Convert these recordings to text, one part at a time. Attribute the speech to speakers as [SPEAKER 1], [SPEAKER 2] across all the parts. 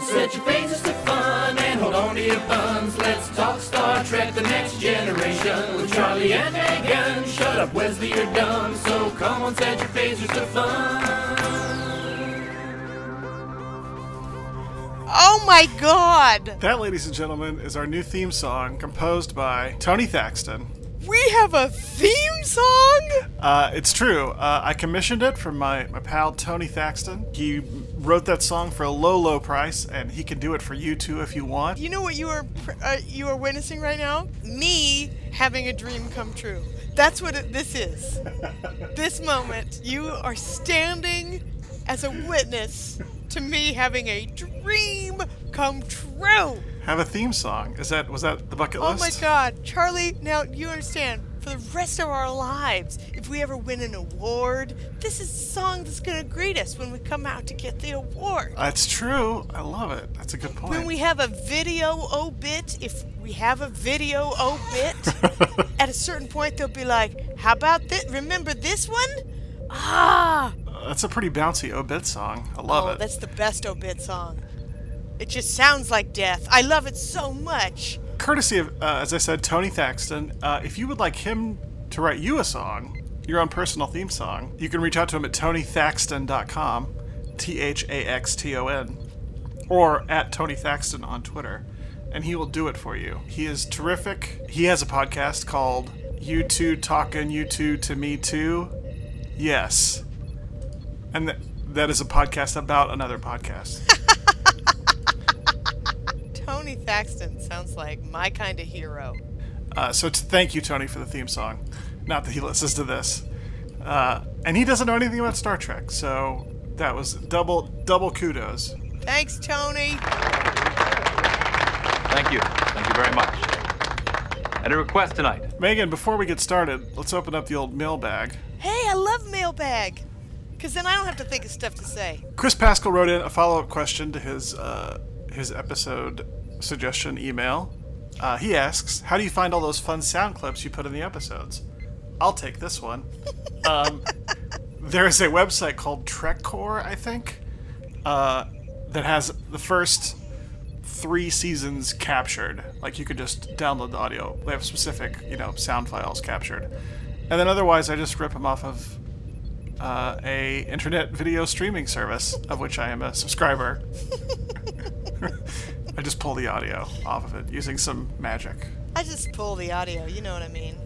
[SPEAKER 1] Set your faces to fun and hold on to your buns. Let's talk Star Trek The Next Generation with Charlie and Megan. Shut up, Wesley, you're dumb. So come on, set your faces to fun.
[SPEAKER 2] Oh my god!
[SPEAKER 3] That, ladies and gentlemen, is our new theme song composed by Tony Thaxton.
[SPEAKER 2] We have a theme song?
[SPEAKER 3] Uh, it's true. Uh, I commissioned it from my, my pal Tony Thaxton. He wrote that song for a low, low price, and he can do it for you too if you want.
[SPEAKER 2] You know what you are pr- uh, you are witnessing right now? Me having a dream come true. That's what it, this is. this moment, you are standing as a witness to me having a dream come true.
[SPEAKER 3] Have a theme song. Is that was that the bucket
[SPEAKER 2] Oh
[SPEAKER 3] list?
[SPEAKER 2] my god, Charlie, now you understand. For the rest of our lives, if we ever win an award, this is the song that's going to greet us when we come out to get the award.
[SPEAKER 3] That's true. I love it. That's a good point.
[SPEAKER 2] When we have a video obit, if we have a video obit, at a certain point they'll be like, "How about this? Remember this one?" Ah,
[SPEAKER 3] That's a pretty bouncy obit song. I love
[SPEAKER 2] oh,
[SPEAKER 3] it.
[SPEAKER 2] that's the best obit song. It just sounds like death. I love it so much.
[SPEAKER 3] Courtesy of, uh, as I said, Tony Thaxton. Uh, if you would like him to write you a song, your own personal theme song, you can reach out to him at tonythaxton.com, T H A X T O N, or at Tony Thaxton on Twitter, and he will do it for you. He is terrific. He has a podcast called You Two Talking You Two to Me Too. Yes. And th- that is a podcast about another podcast.
[SPEAKER 2] Tony Thaxton sounds like my kind of hero.
[SPEAKER 3] Uh, so t- thank you, Tony, for the theme song. Not that he listens to this, uh, and he doesn't know anything about Star Trek, so that was double double kudos.
[SPEAKER 2] Thanks, Tony.
[SPEAKER 4] Thank you. Thank you very much. And a request tonight.
[SPEAKER 3] Megan, before we get started, let's open up the old mailbag.
[SPEAKER 2] Hey, I love mailbag, cause then I don't have to think of stuff to say.
[SPEAKER 3] Chris Pascal wrote in a follow up question to his uh, his episode suggestion email. Uh, he asks, "How do you find all those fun sound clips you put in the episodes?" I'll take this one. Um, there is a website called Trekcore, I think, uh, that has the first three seasons captured. Like you could just download the audio. They have specific, you know, sound files captured, and then otherwise I just rip them off of uh, a internet video streaming service of which I am a subscriber. I just pull the audio off of it using some magic.
[SPEAKER 2] I just pull the audio. You know what I mean.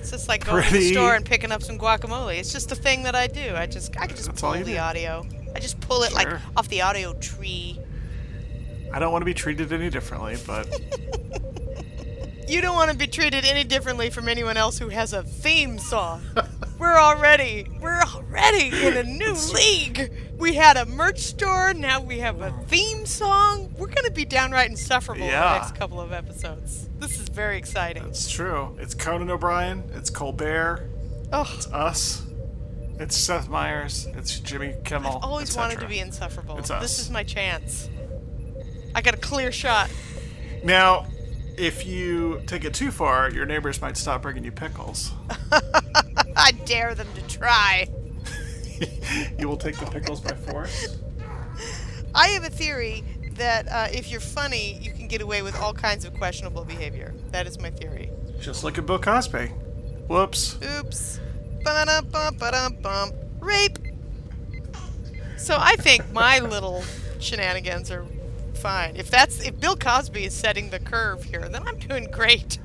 [SPEAKER 2] It's just like going to the
[SPEAKER 3] Pretty-
[SPEAKER 2] store and picking up some guacamole. It's just a thing that I do. I just I can just
[SPEAKER 3] That's all
[SPEAKER 2] pull
[SPEAKER 3] you
[SPEAKER 2] the
[SPEAKER 3] do.
[SPEAKER 2] audio. I just pull it like
[SPEAKER 3] Sure.
[SPEAKER 2] off the audio tree.
[SPEAKER 3] I don't want to be treated any differently, but
[SPEAKER 2] You don't want to be treated any differently from anyone else who has a theme song. we're already we're already in a new league. We had a merch store, now we have a theme song. We're gonna be downright insufferable in
[SPEAKER 3] Yeah.
[SPEAKER 2] the next couple of episodes. This is very exciting.
[SPEAKER 3] it's true. It's Conan O'Brien, it's Colbert,
[SPEAKER 2] Oh,
[SPEAKER 3] it's us, it's Seth Meyers, it's Jimmy Kimmel.
[SPEAKER 2] I've always
[SPEAKER 3] et
[SPEAKER 2] wanted to
[SPEAKER 3] cetera.
[SPEAKER 2] be insufferable.
[SPEAKER 3] It's
[SPEAKER 2] This
[SPEAKER 3] us.
[SPEAKER 2] is my chance. I got a clear shot.
[SPEAKER 3] Now, if you take it too far, your neighbors might stop bringing you pickles.
[SPEAKER 2] I dare them to try.
[SPEAKER 3] you will take the pickles by force.
[SPEAKER 2] I have a theory that uh, if you're funny, you can get away with all kinds of questionable behavior. That is my theory.
[SPEAKER 3] Just look at Bill Cosby. Whoops.
[SPEAKER 2] Oops. Ba-dum-bum-ba-dum-bum. Rape. So I think my little shenanigans are fine. If that's if Bill Cosby is setting the curve here, then I'm doing great.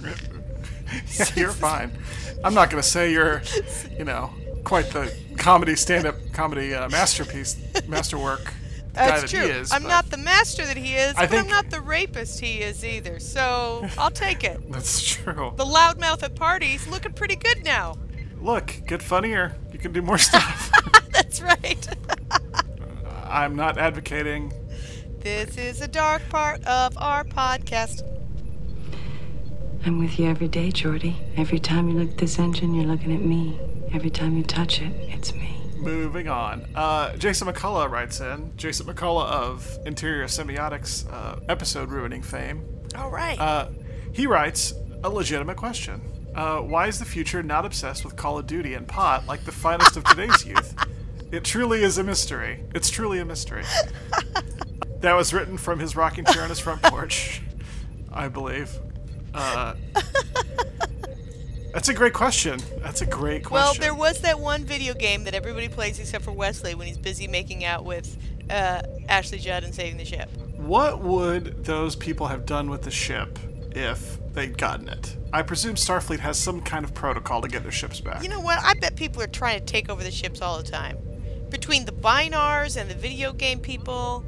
[SPEAKER 3] Yeah, you're fine. I'm not going to say you're, you know, quite the comedy stand-up comedy uh, masterpiece, masterwork guy
[SPEAKER 2] That's
[SPEAKER 3] that
[SPEAKER 2] true.
[SPEAKER 3] he is.
[SPEAKER 2] I'm
[SPEAKER 3] but
[SPEAKER 2] not the master that he is, but
[SPEAKER 3] I
[SPEAKER 2] I'm
[SPEAKER 3] think-
[SPEAKER 2] not the rapist he is either. So I'll take it.
[SPEAKER 3] That's true.
[SPEAKER 2] The loudmouth at parties looking pretty good now.
[SPEAKER 3] Look, get funnier. You can do more stuff.
[SPEAKER 2] That's right.
[SPEAKER 3] I'm not advocating.
[SPEAKER 2] this is a dark part of our podcast.
[SPEAKER 5] I'm with you every day, Jordy. Every time you look at this engine, you're looking at me. Every time you touch it, it's me.
[SPEAKER 3] Moving on. Uh, Jason McCullough writes in. Jason McCullough of Interior Semiotics uh, episode ruining fame.
[SPEAKER 2] All right.
[SPEAKER 3] Uh, he writes a legitimate question. Uh, why is the future not obsessed with Call of Duty and pot like the finest of today's youth? It truly is a mystery. It's truly a mystery. That was written from his rocking chair on his front porch, I believe. Uh, that's a great question. That's a great question.
[SPEAKER 2] Well, there was that one video game that everybody plays except for Wesley when he's busy making out with uh, Ashley Judd and saving the ship.
[SPEAKER 3] What would those people have done with the ship if they'd gotten it? I presume Starfleet has some kind of protocol to get their ships back.
[SPEAKER 2] You know what? I bet people are trying to take over the ships all the time. Between the binars and the video game people,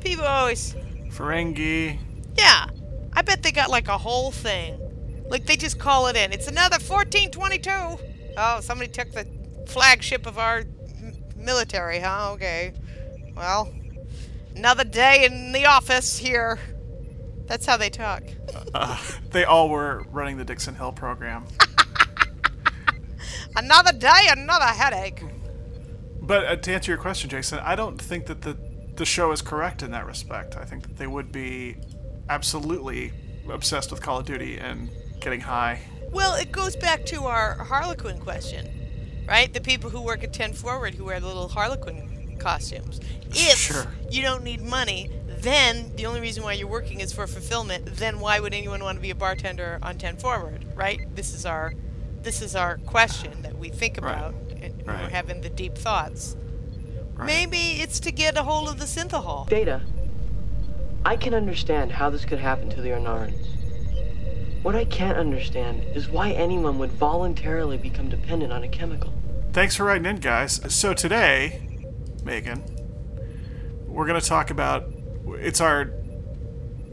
[SPEAKER 2] people always.
[SPEAKER 3] Ferengi.
[SPEAKER 2] Yeah, I bet they got like a whole thing. Like they just call it in. It's another 1422. Oh, somebody took the flagship of our m- military, huh? Okay. Well, another day in the office here. That's how they talk.
[SPEAKER 3] They all were running the Dixon Hill program.
[SPEAKER 2] Another day, another headache.
[SPEAKER 3] But uh, to answer your question, Jason, I don't think that the the show is correct in that respect. I think that they would be absolutely obsessed with Call of Duty and getting high.
[SPEAKER 2] Well, it goes back to our Harlequin question, right? The people who work at 10 Forward who wear the little Harlequin costumes. If
[SPEAKER 3] Sure.
[SPEAKER 2] you don't need money, then the only reason why you're working is for fulfillment. Then why would anyone want to be a bartender on 10 Forward, right? This is our this is our question that we think
[SPEAKER 3] Right.
[SPEAKER 2] about and when we're
[SPEAKER 3] Right.
[SPEAKER 2] having the deep thoughts.
[SPEAKER 3] Right?
[SPEAKER 2] Maybe it's to get a hold of the synthahol.
[SPEAKER 6] Data, I can understand how this could happen to the Arnarans. What I can't understand is why anyone would voluntarily become dependent on a chemical.
[SPEAKER 3] Thanks for writing in, guys. So today, Megan, we're going to talk about it's our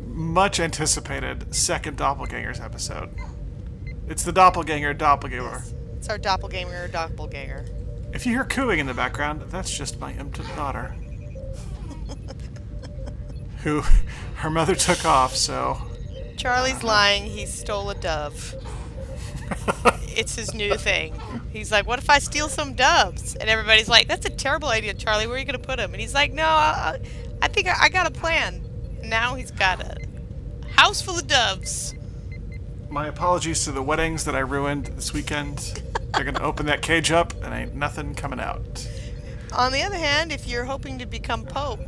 [SPEAKER 3] much anticipated second doppelgangers episode. It's the doppelganger doppelganger.
[SPEAKER 2] It's our doppelganger or doppelganger.
[SPEAKER 3] If you hear cooing in the background, that's just my infant daughter. Who her mother took off, so
[SPEAKER 2] Charlie's lying. He stole a dove. it's his new thing. He's like, "What if I steal some doves?" And everybody's like, "That's a terrible idea, Charlie. Where are you gonna put them?" And he's like, "No, I, I think I, I got a plan." Now he's got a house full of doves.
[SPEAKER 3] my apologies to the weddings that I ruined this weekend. They're gonna open that cage up and ain't nothing coming out.
[SPEAKER 2] On the other hand, if you're hoping to become pope,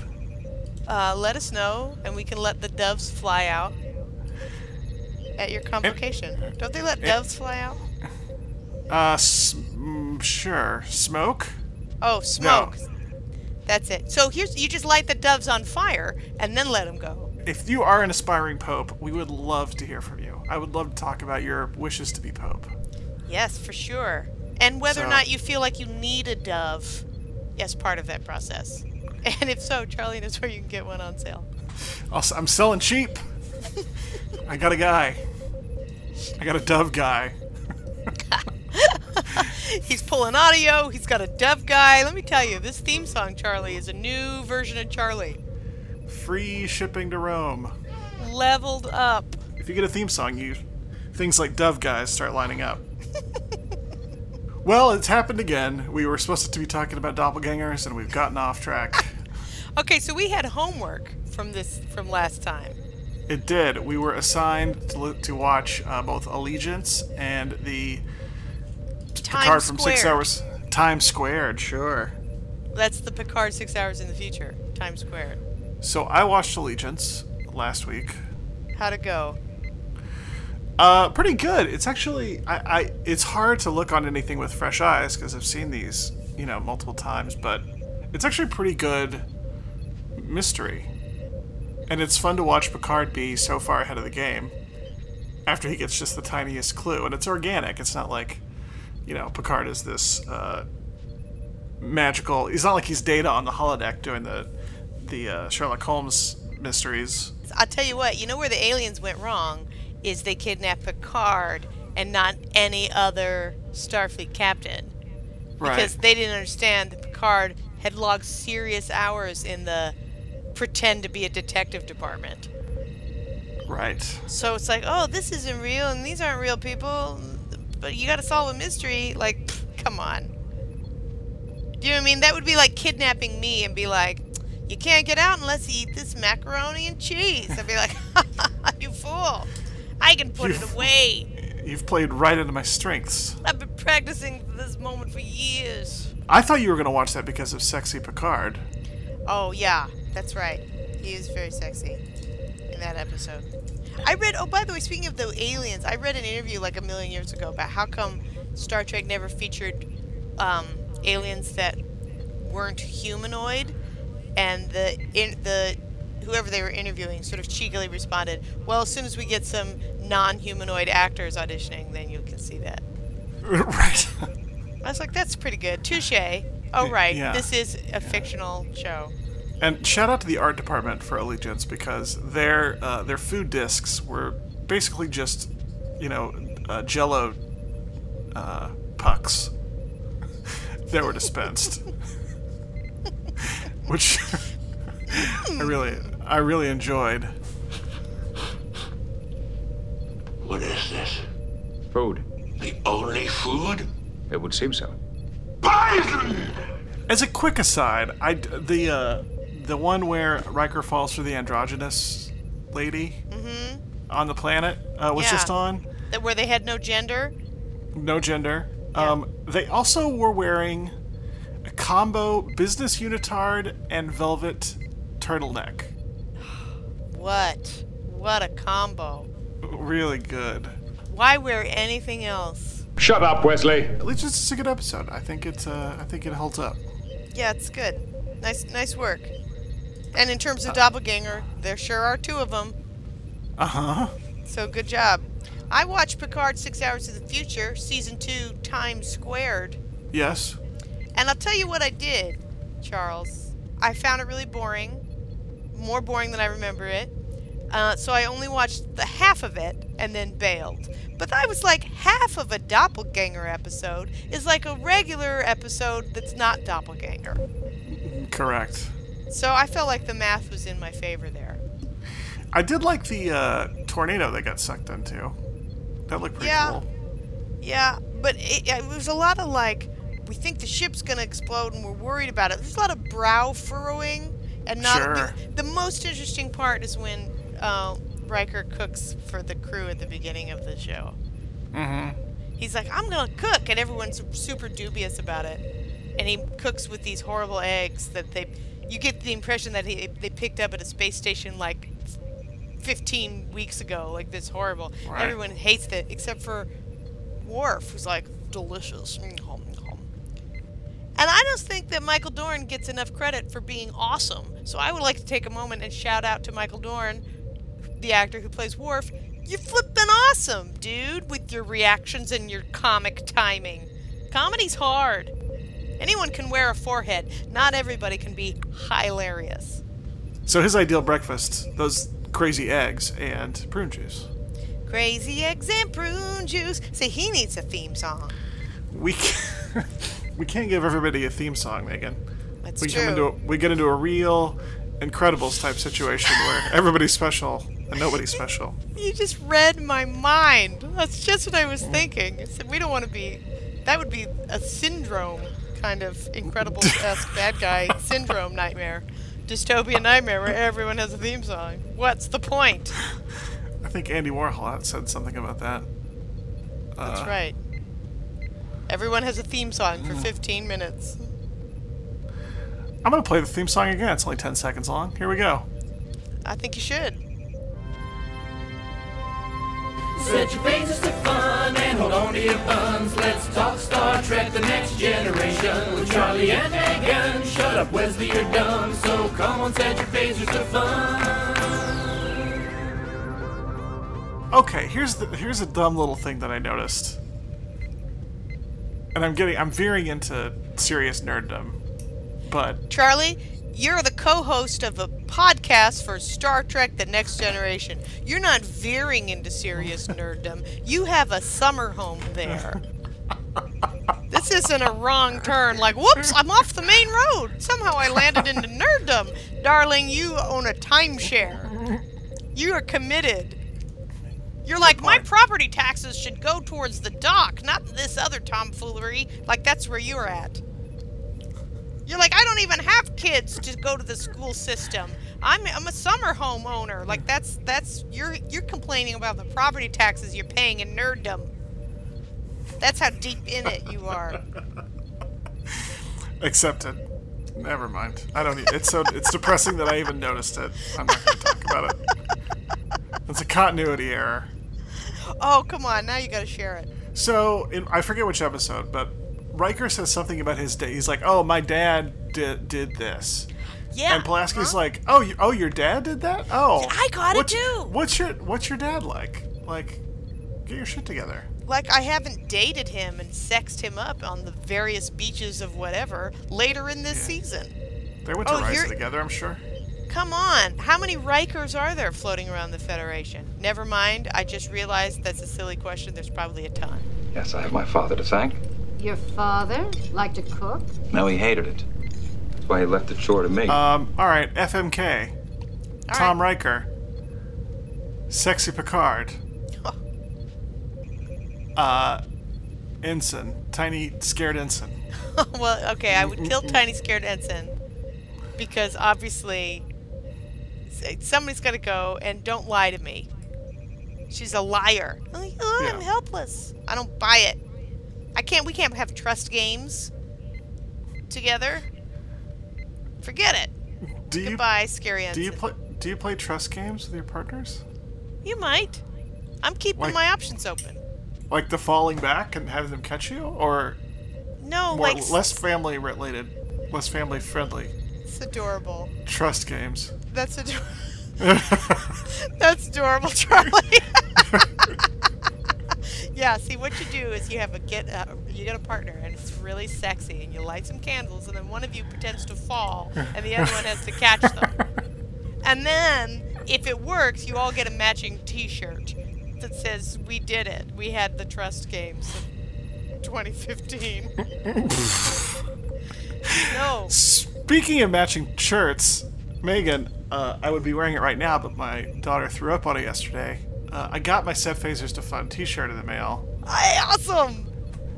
[SPEAKER 2] uh, let us know, and we can let the doves fly out at your convocation. Don't they let doves fly out?
[SPEAKER 3] Uh, s- mm, sure. Smoke?
[SPEAKER 2] Oh, smoke. That's it. So here's you just light the doves on fire and then let them go.
[SPEAKER 3] If you are an aspiring pope, we would love to hear from you. I would love to talk about your wishes to be pope.
[SPEAKER 2] Yes, for sure. And whether or
[SPEAKER 3] So-
[SPEAKER 2] not you feel like you need a dove as part of that process. And if so, Charlie knows where you can get one on sale.
[SPEAKER 3] Also, I'm selling cheap. I got a guy. I got a dove guy.
[SPEAKER 2] He's pulling audio. He's got a dove guy. Let me tell you, this theme song, Charlie, is a new version of Charlie.
[SPEAKER 3] Free shipping to Rome.
[SPEAKER 2] Leveled up.
[SPEAKER 3] If you get a theme song, you things like Dove Guys start lining up. well, it's happened again. We were supposed to be talking about doppelgangers, and we've gotten off track.
[SPEAKER 2] Okay, so we had homework from this from last time.
[SPEAKER 3] It did. We were assigned to, li- to watch uh, both Allegiance and the
[SPEAKER 2] Time
[SPEAKER 3] card from Six
[SPEAKER 2] squared.
[SPEAKER 3] Hours Time Squared. Sure.
[SPEAKER 2] That's the Picard six hours in the future. Times squared.
[SPEAKER 3] So I watched Allegiance last week.
[SPEAKER 2] How'd it go?
[SPEAKER 3] Uh, pretty good. It's actually I, I it's hard to look on anything with fresh eyes because I've seen these you know multiple times, but it's actually pretty good mystery, and it's fun to watch Picard be so far ahead of the game after he gets just the tiniest clue, and it's organic. It's not like you know Picard is this uh, magical. He's not like he's Data on the holodeck doing the the uh, Sherlock Holmes mysteries.
[SPEAKER 2] I'll tell you what, you know where the aliens went wrong is they kidnapped Picard and not any other Starfleet captain. Because they didn't understand that Picard had logged serious hours in the pretend to be a detective department.
[SPEAKER 3] Right.
[SPEAKER 2] So it's like, oh, this isn't real and these aren't real people, but you gotta solve a mystery. Like, pfft, come on. Do you know what I mean? That would be like kidnapping me and be like, you can't get out unless you eat this macaroni and cheese. I'd be like, you fool. I can put
[SPEAKER 3] You
[SPEAKER 2] it
[SPEAKER 3] fool.
[SPEAKER 2] away.
[SPEAKER 3] You've played right into my strengths.
[SPEAKER 2] I've been practicing for this moment for years.
[SPEAKER 3] I thought you were going to watch that because of Sexy Picard.
[SPEAKER 2] Oh, yeah, that's right. He is very sexy in that episode. I read. Oh, by the way, speaking of the aliens, I read an interview like a million years ago about how come Star Trek never featured um, aliens that weren't humanoid, and the in the whoever they were interviewing sort of cheekily responded, "Well, as soon as we get some non-humanoid actors auditioning, then you can see that."
[SPEAKER 3] right.
[SPEAKER 2] I was like, "That's pretty good, touche." Oh,
[SPEAKER 3] Y-
[SPEAKER 2] right,
[SPEAKER 3] yeah.
[SPEAKER 2] this is a fictional show.
[SPEAKER 3] And shout out to the art department for Allegiance because their uh, their food discs were basically just, you know, uh, Jello uh, pucks that were dispensed, which I really I really enjoyed.
[SPEAKER 7] What is this?
[SPEAKER 8] Food.
[SPEAKER 7] The only food?
[SPEAKER 8] It would seem so.
[SPEAKER 7] Poison!
[SPEAKER 3] As a quick aside, I d- the uh, the one where Riker falls for the androgynous lady on the planet uh,
[SPEAKER 2] Mm-hmm.
[SPEAKER 3] was
[SPEAKER 2] Yeah.
[SPEAKER 3] just on.
[SPEAKER 2] That where they had no gender.
[SPEAKER 3] no gender. Um, they also were wearing a combo business unitard and velvet turtleneck.
[SPEAKER 2] What? What a combo.
[SPEAKER 3] Really good.
[SPEAKER 2] Why wear anything else?
[SPEAKER 9] Shut up, Wesley.
[SPEAKER 3] At least it's a good episode. I think it's. Uh, I think it holds up.
[SPEAKER 2] Yeah, it's good. Nice, nice work. And in terms of doppelganger, there sure are two of them.
[SPEAKER 3] Uh
[SPEAKER 2] Uh-huh.
[SPEAKER 3] huh.
[SPEAKER 2] So good job. I watched Picard Six Hours of the Future, season two, time squared.
[SPEAKER 3] Yes.
[SPEAKER 2] And I'll tell you what I did, Charles. I found it really boring, more boring than I remember it. Uh, so I only watched the half of it and then bailed. But I was like, half of a doppelganger episode is like a regular episode that's not doppelganger.
[SPEAKER 3] Correct.
[SPEAKER 2] So I felt like the math was in my favor there.
[SPEAKER 3] I did like the uh, tornado they got sucked into. That looked pretty
[SPEAKER 2] Yeah.
[SPEAKER 3] cool.
[SPEAKER 2] Yeah, but it, it was a lot of like, we think the ship's gonna explode and we're worried about it. There's a lot of brow furrowing, and not
[SPEAKER 3] Sure.
[SPEAKER 2] the, the most interesting part is when uh, Riker cooks for the crew at the beginning of the show. Mm-hmm. He's like, I'm gonna cook, and everyone's super dubious about it, and he cooks with these horrible eggs that they, you get the impression that he they picked up at a space station like 15 weeks ago, like this horrible.
[SPEAKER 3] Right.
[SPEAKER 2] Everyone hates it except for Worf, who's like delicious. Mm, hum, hum. And I don't think that Michael Dorn gets enough credit for being awesome. So I would like to take a moment and shout out to Michael Dorn, the actor who plays Worf. You're flippin' awesome, dude, with your reactions and your comic timing. Comedy's hard. Anyone can wear a forehead. Not everybody can be hilarious.
[SPEAKER 3] So his ideal breakfast: those crazy eggs and prune juice.
[SPEAKER 2] Crazy eggs and prune juice. See, he needs a theme song.
[SPEAKER 3] We can- we can't give everybody a theme song, Megan.
[SPEAKER 2] That's
[SPEAKER 3] we
[SPEAKER 2] true.
[SPEAKER 3] come into a, we get into a real Incredibles type situation where everybody's special and nobody's special.
[SPEAKER 2] You just read my mind. That's just what I was thinking. I said, we don't want to be. That would be a syndrome kind of incredible esque bad guy syndrome nightmare, dystopian nightmare where everyone has a theme song. What's the point?
[SPEAKER 3] I think Andy Warhol had said something about that.
[SPEAKER 2] That's right. Everyone has a theme song for 15 minutes.
[SPEAKER 3] I'm gonna play the theme song again. It's only ten seconds long. Here we go.
[SPEAKER 2] I think you should.
[SPEAKER 1] Set your faces to fun and hold on to your buns. Let's talk Star Trek The Next Generation with Charlie and Megan. Shut up, Wesley, you're dumb. So come on, set your faces to fun.
[SPEAKER 3] Okay, here's the here's a dumb little thing that I noticed. And I'm getting I'm veering into serious nerddom. But
[SPEAKER 2] Charlie, you're the co host of a podcast for Star Trek The Next Generation. You're not veering into serious nerddom. You have a summer home there. This isn't a wrong turn, like, whoops, I'm off the main road. Somehow I landed into nerddom. Darling, you own a timeshare. You are committed. You're like, my property taxes should go towards the dock, not this other tomfoolery. Like, that's where you're at. You're like, I don't even have kids to go to the school system. I'm, I'm a summer homeowner. Like that's that's you're you're complaining about the property taxes you're paying in nerddom. That's how deep in it you are.
[SPEAKER 3] accepted. Never mind. I don't. Even, it's so. It's depressing that I even noticed it. I'm not going to talk about it. It's a continuity error.
[SPEAKER 2] Oh, come on. Now you got to share it.
[SPEAKER 3] So in, I forget which episode, but Riker says something about his day. He's like, "Oh, my dad did did this,"
[SPEAKER 2] Yeah.
[SPEAKER 3] and Pulaski's like, "Oh, you, oh, your dad did that? Oh,
[SPEAKER 2] I got it
[SPEAKER 3] what's-
[SPEAKER 2] too."
[SPEAKER 3] What's your What's your dad like? Like, get your shit together.
[SPEAKER 2] Like, I haven't dated him and sexed him up on the various beaches of whatever later in this season.
[SPEAKER 3] They went to
[SPEAKER 2] Oh,
[SPEAKER 3] Rise
[SPEAKER 2] you're-
[SPEAKER 3] together, I'm sure.
[SPEAKER 2] Come on. How many Rikers are there floating around the Federation? Never mind. I just realized that's a silly question. There's probably a ton.
[SPEAKER 8] Yes, I have my father to thank.
[SPEAKER 10] Your father liked to cook?
[SPEAKER 8] No, he hated it. That's why he left it short of me.
[SPEAKER 3] Um, all right, FMK, Tom Riker, Sexy Picard, uh, Ensign, tiny scared Ensign.
[SPEAKER 2] well, okay, I would kill Tiny Scared Ensign because obviously s- eh, somebody's got to go and don't lie to me. She's a liar. I'm like, "Oh, I'm
[SPEAKER 3] Yeah.
[SPEAKER 2] helpless. I don't buy it. I can't. We can't have trust games together. Forget it.
[SPEAKER 3] Do you
[SPEAKER 2] Goodbye, Scary
[SPEAKER 3] do
[SPEAKER 2] Ensign.
[SPEAKER 3] you play do you play trust games with your partners?
[SPEAKER 2] You might. I'm keeping
[SPEAKER 3] Like-
[SPEAKER 2] my options open.
[SPEAKER 3] Like the falling back and having them catch you, or
[SPEAKER 2] No,
[SPEAKER 3] more,
[SPEAKER 2] like s-
[SPEAKER 3] less family related, less family friendly
[SPEAKER 2] it's adorable.
[SPEAKER 3] trust games?
[SPEAKER 2] That's adorable. That's adorable, Charlie. yeah. See, what you do is you have a get a, you get a partner, and it's really sexy, and you light some candles, and then one of you pretends to fall, and the other one has to catch them. And then, if it works, you all get a matching T-shirt that says "We did it. We had the trust games of 2015." no.
[SPEAKER 3] Speaking of matching shirts, Megan, uh, I would be wearing it right now, but my daughter threw up on it yesterday. Uh, I got my Set Phasers to Fun T-shirt in the mail.
[SPEAKER 2] I, awesome.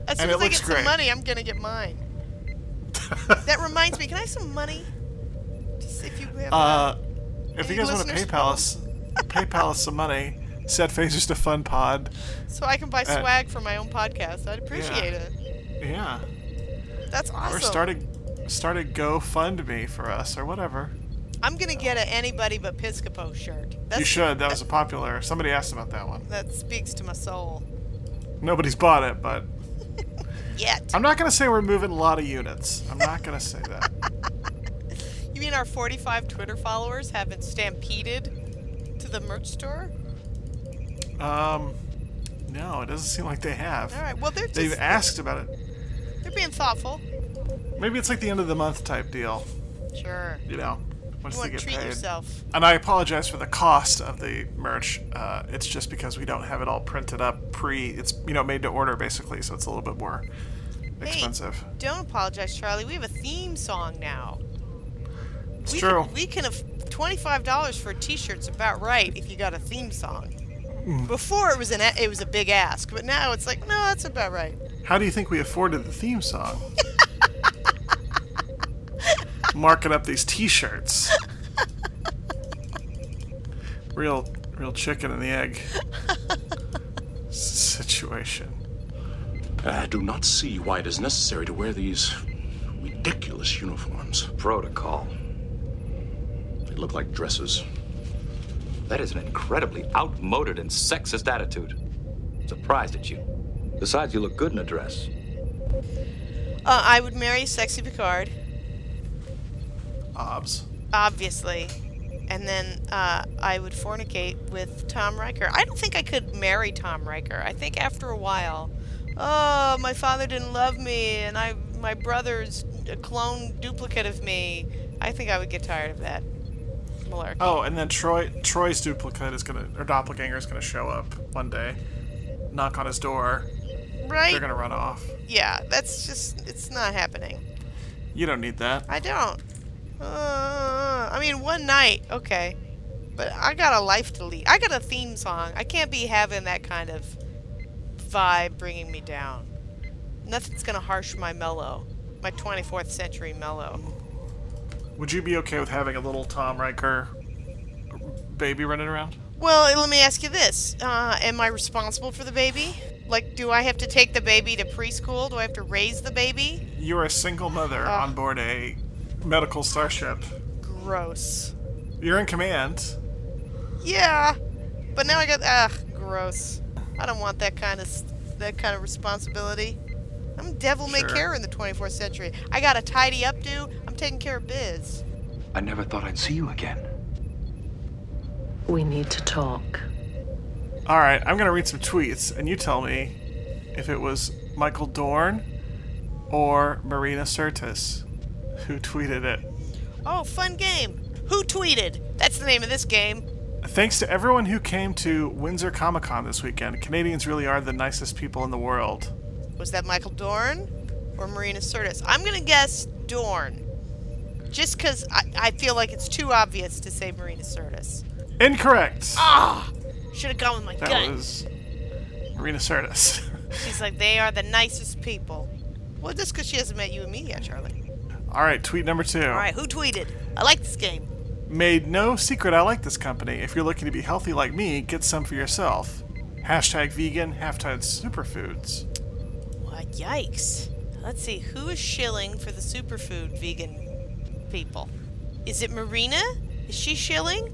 [SPEAKER 2] As soon
[SPEAKER 3] And
[SPEAKER 2] as I
[SPEAKER 3] it looks
[SPEAKER 2] get
[SPEAKER 3] great.
[SPEAKER 2] some money, I'm gonna get mine. that reminds me, can I have some money? Just if you have.
[SPEAKER 3] Uh, if
[SPEAKER 2] Any
[SPEAKER 3] you guys want to
[SPEAKER 2] listeners?
[SPEAKER 3] PayPal us, PayPal us some money. Set Phasers to Fun Pod.
[SPEAKER 2] so I can buy
[SPEAKER 3] uh,
[SPEAKER 2] swag for my own podcast. I'd appreciate it.
[SPEAKER 3] Yeah,
[SPEAKER 2] That's awesome.
[SPEAKER 3] or started started GoFundMe for us or whatever.
[SPEAKER 2] I'm gonna get a anybody but Piscopo shirt. That's,
[SPEAKER 3] you should. That was a popular. Somebody asked about that one.
[SPEAKER 2] That speaks to my soul.
[SPEAKER 3] Nobody's bought it, but
[SPEAKER 2] Yet.
[SPEAKER 3] I'm not gonna say we're moving a lot of units. I'm not gonna say that.
[SPEAKER 2] You mean our 45 Twitter followers haven't stampeded to the merch store?
[SPEAKER 3] Um, no, it doesn't seem like they have.
[SPEAKER 2] All right. Well, they're
[SPEAKER 3] They've
[SPEAKER 2] just
[SPEAKER 3] asked about it.
[SPEAKER 2] they're being thoughtful.
[SPEAKER 3] Maybe it's like the end of the month type deal.
[SPEAKER 2] Sure.
[SPEAKER 3] You know, once
[SPEAKER 2] You
[SPEAKER 3] they
[SPEAKER 2] want to
[SPEAKER 3] get
[SPEAKER 2] treat
[SPEAKER 3] paid.
[SPEAKER 2] yourself.
[SPEAKER 3] And I apologize for the cost of the merch. Uh, it's just because we don't have it all printed up pre. It's you know made to order basically, so it's a little bit more expensive.
[SPEAKER 2] Don't apologize, Charlie. We have a theme song now.
[SPEAKER 3] It's
[SPEAKER 2] we
[SPEAKER 3] true.
[SPEAKER 2] Can, we can af- twenty-five dollars for t-shirts about right if you got a theme song.
[SPEAKER 3] Mm.
[SPEAKER 2] Before it was an a- it was a big ask, but now it's like no, that's about right.
[SPEAKER 3] How do you think we afforded the theme song? Marking up these T-shirts. Real, real chicken and the egg situation.
[SPEAKER 7] I do not see why it is necessary to wear these ridiculous uniforms.
[SPEAKER 8] Protocol.
[SPEAKER 7] They look like dresses.
[SPEAKER 8] That is an incredibly outmoded and sexist attitude. Surprised at you. Besides, you look good in a dress.
[SPEAKER 2] Uh, I would marry sexy Picard,
[SPEAKER 3] Obs.
[SPEAKER 2] obviously, and then uh, I would fornicate with Tom Riker. I don't think I could marry Tom Riker. I think after a while, oh, my father didn't love me, and I my brother's a clone duplicate of me. I think I would get tired of that. Malarkey.
[SPEAKER 3] Oh, and then Troy Troy's duplicate is gonna or doppelganger is gonna show up one day, knock on his door.
[SPEAKER 2] right?
[SPEAKER 3] They're gonna run off.
[SPEAKER 2] Yeah, that's just it's not happening.
[SPEAKER 3] You don't need that.
[SPEAKER 2] I don't. Uh, I mean, one night, okay, but I got a life to lead. I got a theme song. I can't be having that kind of vibe bringing me down. Nothing's gonna harsh my mellow, my 24th century mellow.
[SPEAKER 3] Would you be okay with having a little Tom Riker baby running around?
[SPEAKER 2] Well, let me ask you this: uh, Am I responsible for the baby? Like, do I have to take the baby to preschool? Do I have to raise the baby?
[SPEAKER 3] You're a single mother on board a medical starship.
[SPEAKER 2] Gross.
[SPEAKER 3] You're in command.
[SPEAKER 2] Yeah, but now I got ah gross. I don't want that kind of s- that kind of responsibility. I'm devil may
[SPEAKER 8] Sure.
[SPEAKER 2] care in the 24th century. I got a tidy up do. I'm taking care of biz.
[SPEAKER 8] I never thought I'd see you again.
[SPEAKER 5] We need to talk.
[SPEAKER 3] All right, I'm gonna read some tweets, and you tell me if it was Michael Dorn or Marina Sirtis who tweeted it.
[SPEAKER 2] Oh, fun game. Who tweeted? That's the name of this game.
[SPEAKER 3] Thanks to everyone who came to Windsor Comic Con this weekend. Canadians really are the nicest people in the world.
[SPEAKER 2] Was that Michael Dorn or Marina Sirtis? I'm gonna guess Dorn, just because I, I feel like it's too obvious to say Marina Sirtis.
[SPEAKER 3] Incorrect.
[SPEAKER 2] Ah, should have gone with my
[SPEAKER 3] That
[SPEAKER 2] gut.
[SPEAKER 3] was Marina Sirtis.
[SPEAKER 2] She's like, they are the nicest people. Well, just because she hasn't met you and me yet, Charlie.
[SPEAKER 3] All right, tweet number two.
[SPEAKER 2] All right, who tweeted? I like this game.
[SPEAKER 3] Made no secret I like this company. If you're looking to be healthy like me, get some for yourself. Hashtag vegan, hashtag superfoods.
[SPEAKER 2] Well, yikes. Let's see, who is shilling for the superfood vegan people? Is it Marina? Is she shilling?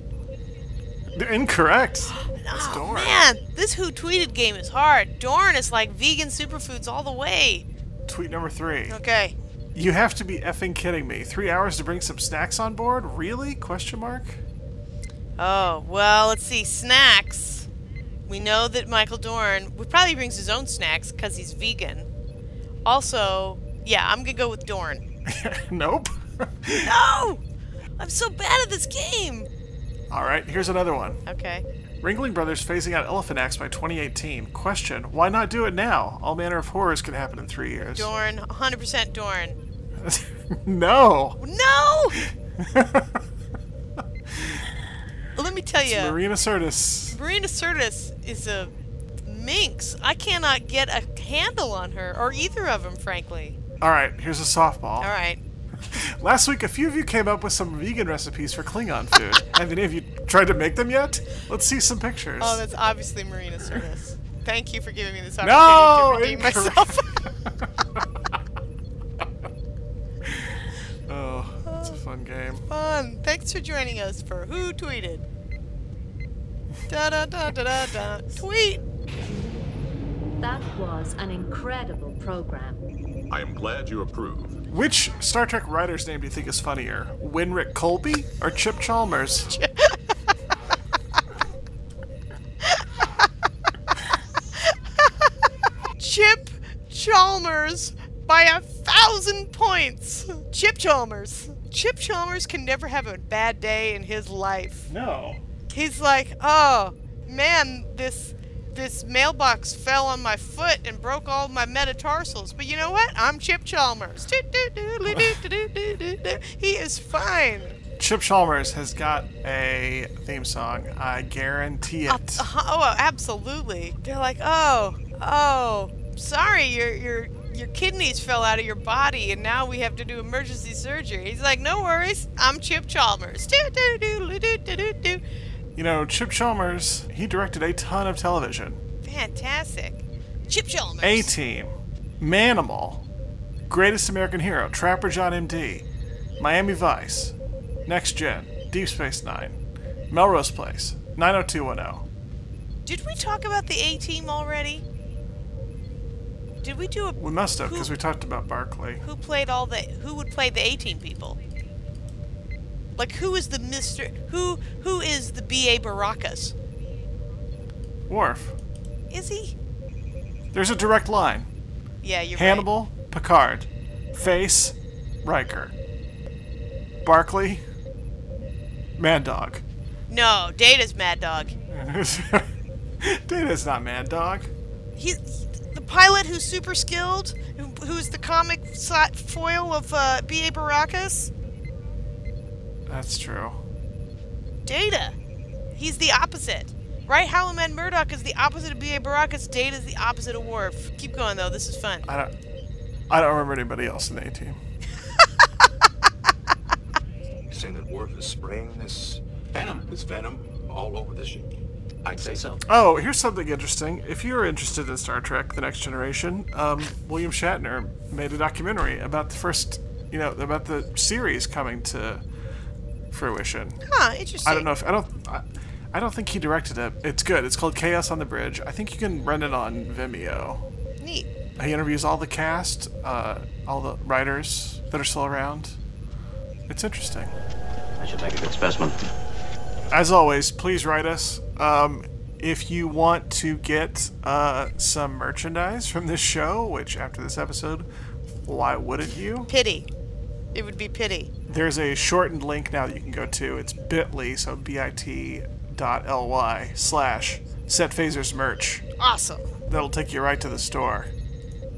[SPEAKER 3] They're incorrect. It's
[SPEAKER 2] Oh,
[SPEAKER 3] Dorn.
[SPEAKER 2] man, this who tweeted game is hard. Dorn is like vegan superfoods all the way.
[SPEAKER 3] Tweet number three.
[SPEAKER 2] Okay.
[SPEAKER 3] You have to be effing kidding me. Three hours to bring some snacks on board? Really? Question mark?
[SPEAKER 2] Oh, well, let's see. Snacks. We know that Michael Dorn would probably brings his own snacks because he's vegan. Also, yeah, I'm going to go with Dorn.
[SPEAKER 3] nope.
[SPEAKER 2] no! I'm so bad at this game.
[SPEAKER 3] All right, here's another one.
[SPEAKER 2] Okay.
[SPEAKER 3] Ringling Brothers phasing out Elephant Axe by 2018. Question, why not do it now? All manner of horrors could happen in three years.
[SPEAKER 2] Dorn, 100% Dorn.
[SPEAKER 3] no!
[SPEAKER 2] No! Let me tell you.
[SPEAKER 3] It's Marina Sirtis.
[SPEAKER 2] Marina Sirtis is a minx. I cannot get a handle on her, or either of them, frankly.
[SPEAKER 3] All right, here's a softball.
[SPEAKER 2] All right.
[SPEAKER 3] Last week, a few of you came up with some vegan recipes for Klingon food. Have any of you tried to make them yet? Let's see some pictures.
[SPEAKER 2] Oh, that's obviously Marina Sirtis. Thank you for giving me this opportunity
[SPEAKER 3] No,
[SPEAKER 2] to redeem
[SPEAKER 3] incorrect.
[SPEAKER 2] myself.
[SPEAKER 3] oh, it's a fun game.
[SPEAKER 2] Fun. Thanks for joining us for Who Tweeted. Da da da da da da. Tweet.
[SPEAKER 9] That was an incredible program.
[SPEAKER 7] I am glad you approve.
[SPEAKER 3] Which Star Trek writer's name do you think is funnier, Winrick Colby or Chip Chalmers?
[SPEAKER 2] Chip Chalmers by a thousand points. Chip Chalmers. Chip Chalmers can never have a bad day in his life.
[SPEAKER 3] No.
[SPEAKER 2] He's like, oh man, this this mailbox fell on my foot and broke all my metatarsals. But you know what? I'm Chip Chalmers. Doo-doo-doo-doo-doo-doo-doo-doo-doo. He is fine.
[SPEAKER 3] Chip Chalmers has got a theme song. I guarantee it.
[SPEAKER 2] Uh-huh. Oh, absolutely. They're like, oh, oh, sorry, your your your kidneys fell out of your body, and now we have to do emergency surgery. He's like, no worries, I'm Chip Chalmers. Doo, doo, doo, doo, doo, doo, doo.
[SPEAKER 3] You know, Chip Chalmers, he directed a ton of television.
[SPEAKER 2] Fantastic, Chip Chalmers.
[SPEAKER 3] A Team, Manimal, Greatest American Hero, Trapper John M.D., Miami Vice, Next Gen, Deep Space Nine, Melrose Place, 90210.
[SPEAKER 2] Did we talk about the A team already? Did we do a
[SPEAKER 3] We must have, because
[SPEAKER 2] Who-
[SPEAKER 3] we talked about Barclay.
[SPEAKER 2] who played all the who would play the A team people? Like who is the Mister who who is the BA Baracus?
[SPEAKER 3] Worf.
[SPEAKER 2] Is he?
[SPEAKER 3] There's a direct line.
[SPEAKER 2] Yeah, you're right.
[SPEAKER 3] Hannibal, Picard, Face, Riker, Barclay, Mad Dog.
[SPEAKER 2] No, Data's Mad Dog.
[SPEAKER 3] Data's not Mad Dog.
[SPEAKER 2] He, the pilot who's super skilled, who, who's the comic so- foil of uh, B.A. Baracus.
[SPEAKER 3] That's true.
[SPEAKER 2] Data. He's the opposite. Right? Howland Murdoch is the opposite of B.A. Baracus. Data's the opposite of Worf. Keep going, though. This is fun.
[SPEAKER 3] I don't. I don't remember anybody else in the A team.
[SPEAKER 11] You saying that Worf is spraying this venom, this venom, all over the ship? I'd say so.
[SPEAKER 3] Oh, here's something interesting. If you're interested in Star Trek: The Next Generation, um, William Shatner made a documentary about the first you know, about the series coming to fruition.
[SPEAKER 2] Huh, interesting.
[SPEAKER 3] I don't know if I don't. I, I don't think he directed it. It's good. It's called Chaos on the Bridge. I think you can rent it on Vimeo.
[SPEAKER 2] Neat.
[SPEAKER 3] He interviews all the cast, uh, all the writers that are still around. It's interesting.
[SPEAKER 12] I should make a good specimen.
[SPEAKER 3] As always, please write us. Um, if you want to get uh, some merchandise from this show, which after this episode, why wouldn't you?
[SPEAKER 2] Pity. It would be pity.
[SPEAKER 3] There's a shortened link now that you can go to. It's bit.ly, so bit.ly slash set phasers merch.
[SPEAKER 2] Awesome.
[SPEAKER 3] That'll take you right to the store.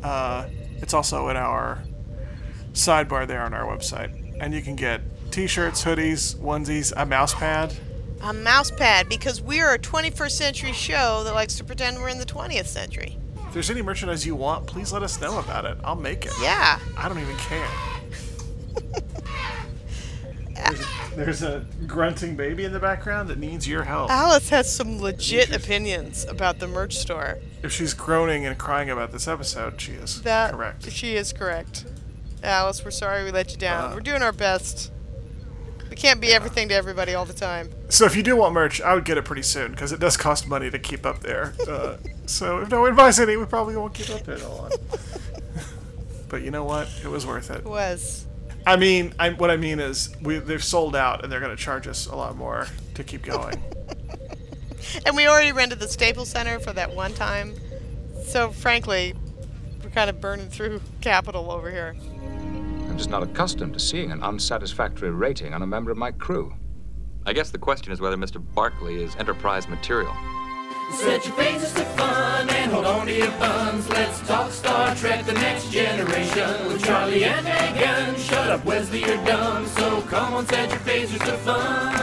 [SPEAKER 3] Uh, it's also in our sidebar there on our website. And you can get t shirts, hoodies, onesies, a mouse pad.
[SPEAKER 2] A mouse pad, because we are a 21st century show that likes to pretend we're in the 20th century.
[SPEAKER 3] If there's any merchandise you want, please let us know about it. I'll make it.
[SPEAKER 2] Yeah.
[SPEAKER 3] I don't even care. there's, there's a grunting baby in the background that needs your help.
[SPEAKER 2] Alice has some legit opinions about the merch store.
[SPEAKER 3] If she's groaning and crying about this episode, she is
[SPEAKER 2] That
[SPEAKER 3] correct.
[SPEAKER 2] She is correct. Alice, we're sorry we let you down. we're doing our best. We can't be everything to everybody all the time.
[SPEAKER 3] So if you do want merch, I would get it pretty soon because it does cost money to keep up there. Uh, so if no one buys any, we probably won't keep up it all. but you know what? It was worth it.
[SPEAKER 2] It was.
[SPEAKER 3] I mean, I, what I mean is we they've sold out and they're going to charge us a lot more to keep going.
[SPEAKER 2] And we already rented the Staples Center for that one time. So frankly, we're kind of burning through capital over here.
[SPEAKER 9] I'm just not accustomed to seeing an unsatisfactory rating on a member of my crew.
[SPEAKER 8] I guess the question is whether Mr. Barkley is enterprise material.
[SPEAKER 1] Set your faces to fun and hold on to your buns. Let's talk Star Trek The Next Generation with Charlie and Megan. Shut up, Wesley, you're dumb. So come on, set your phasers to fun.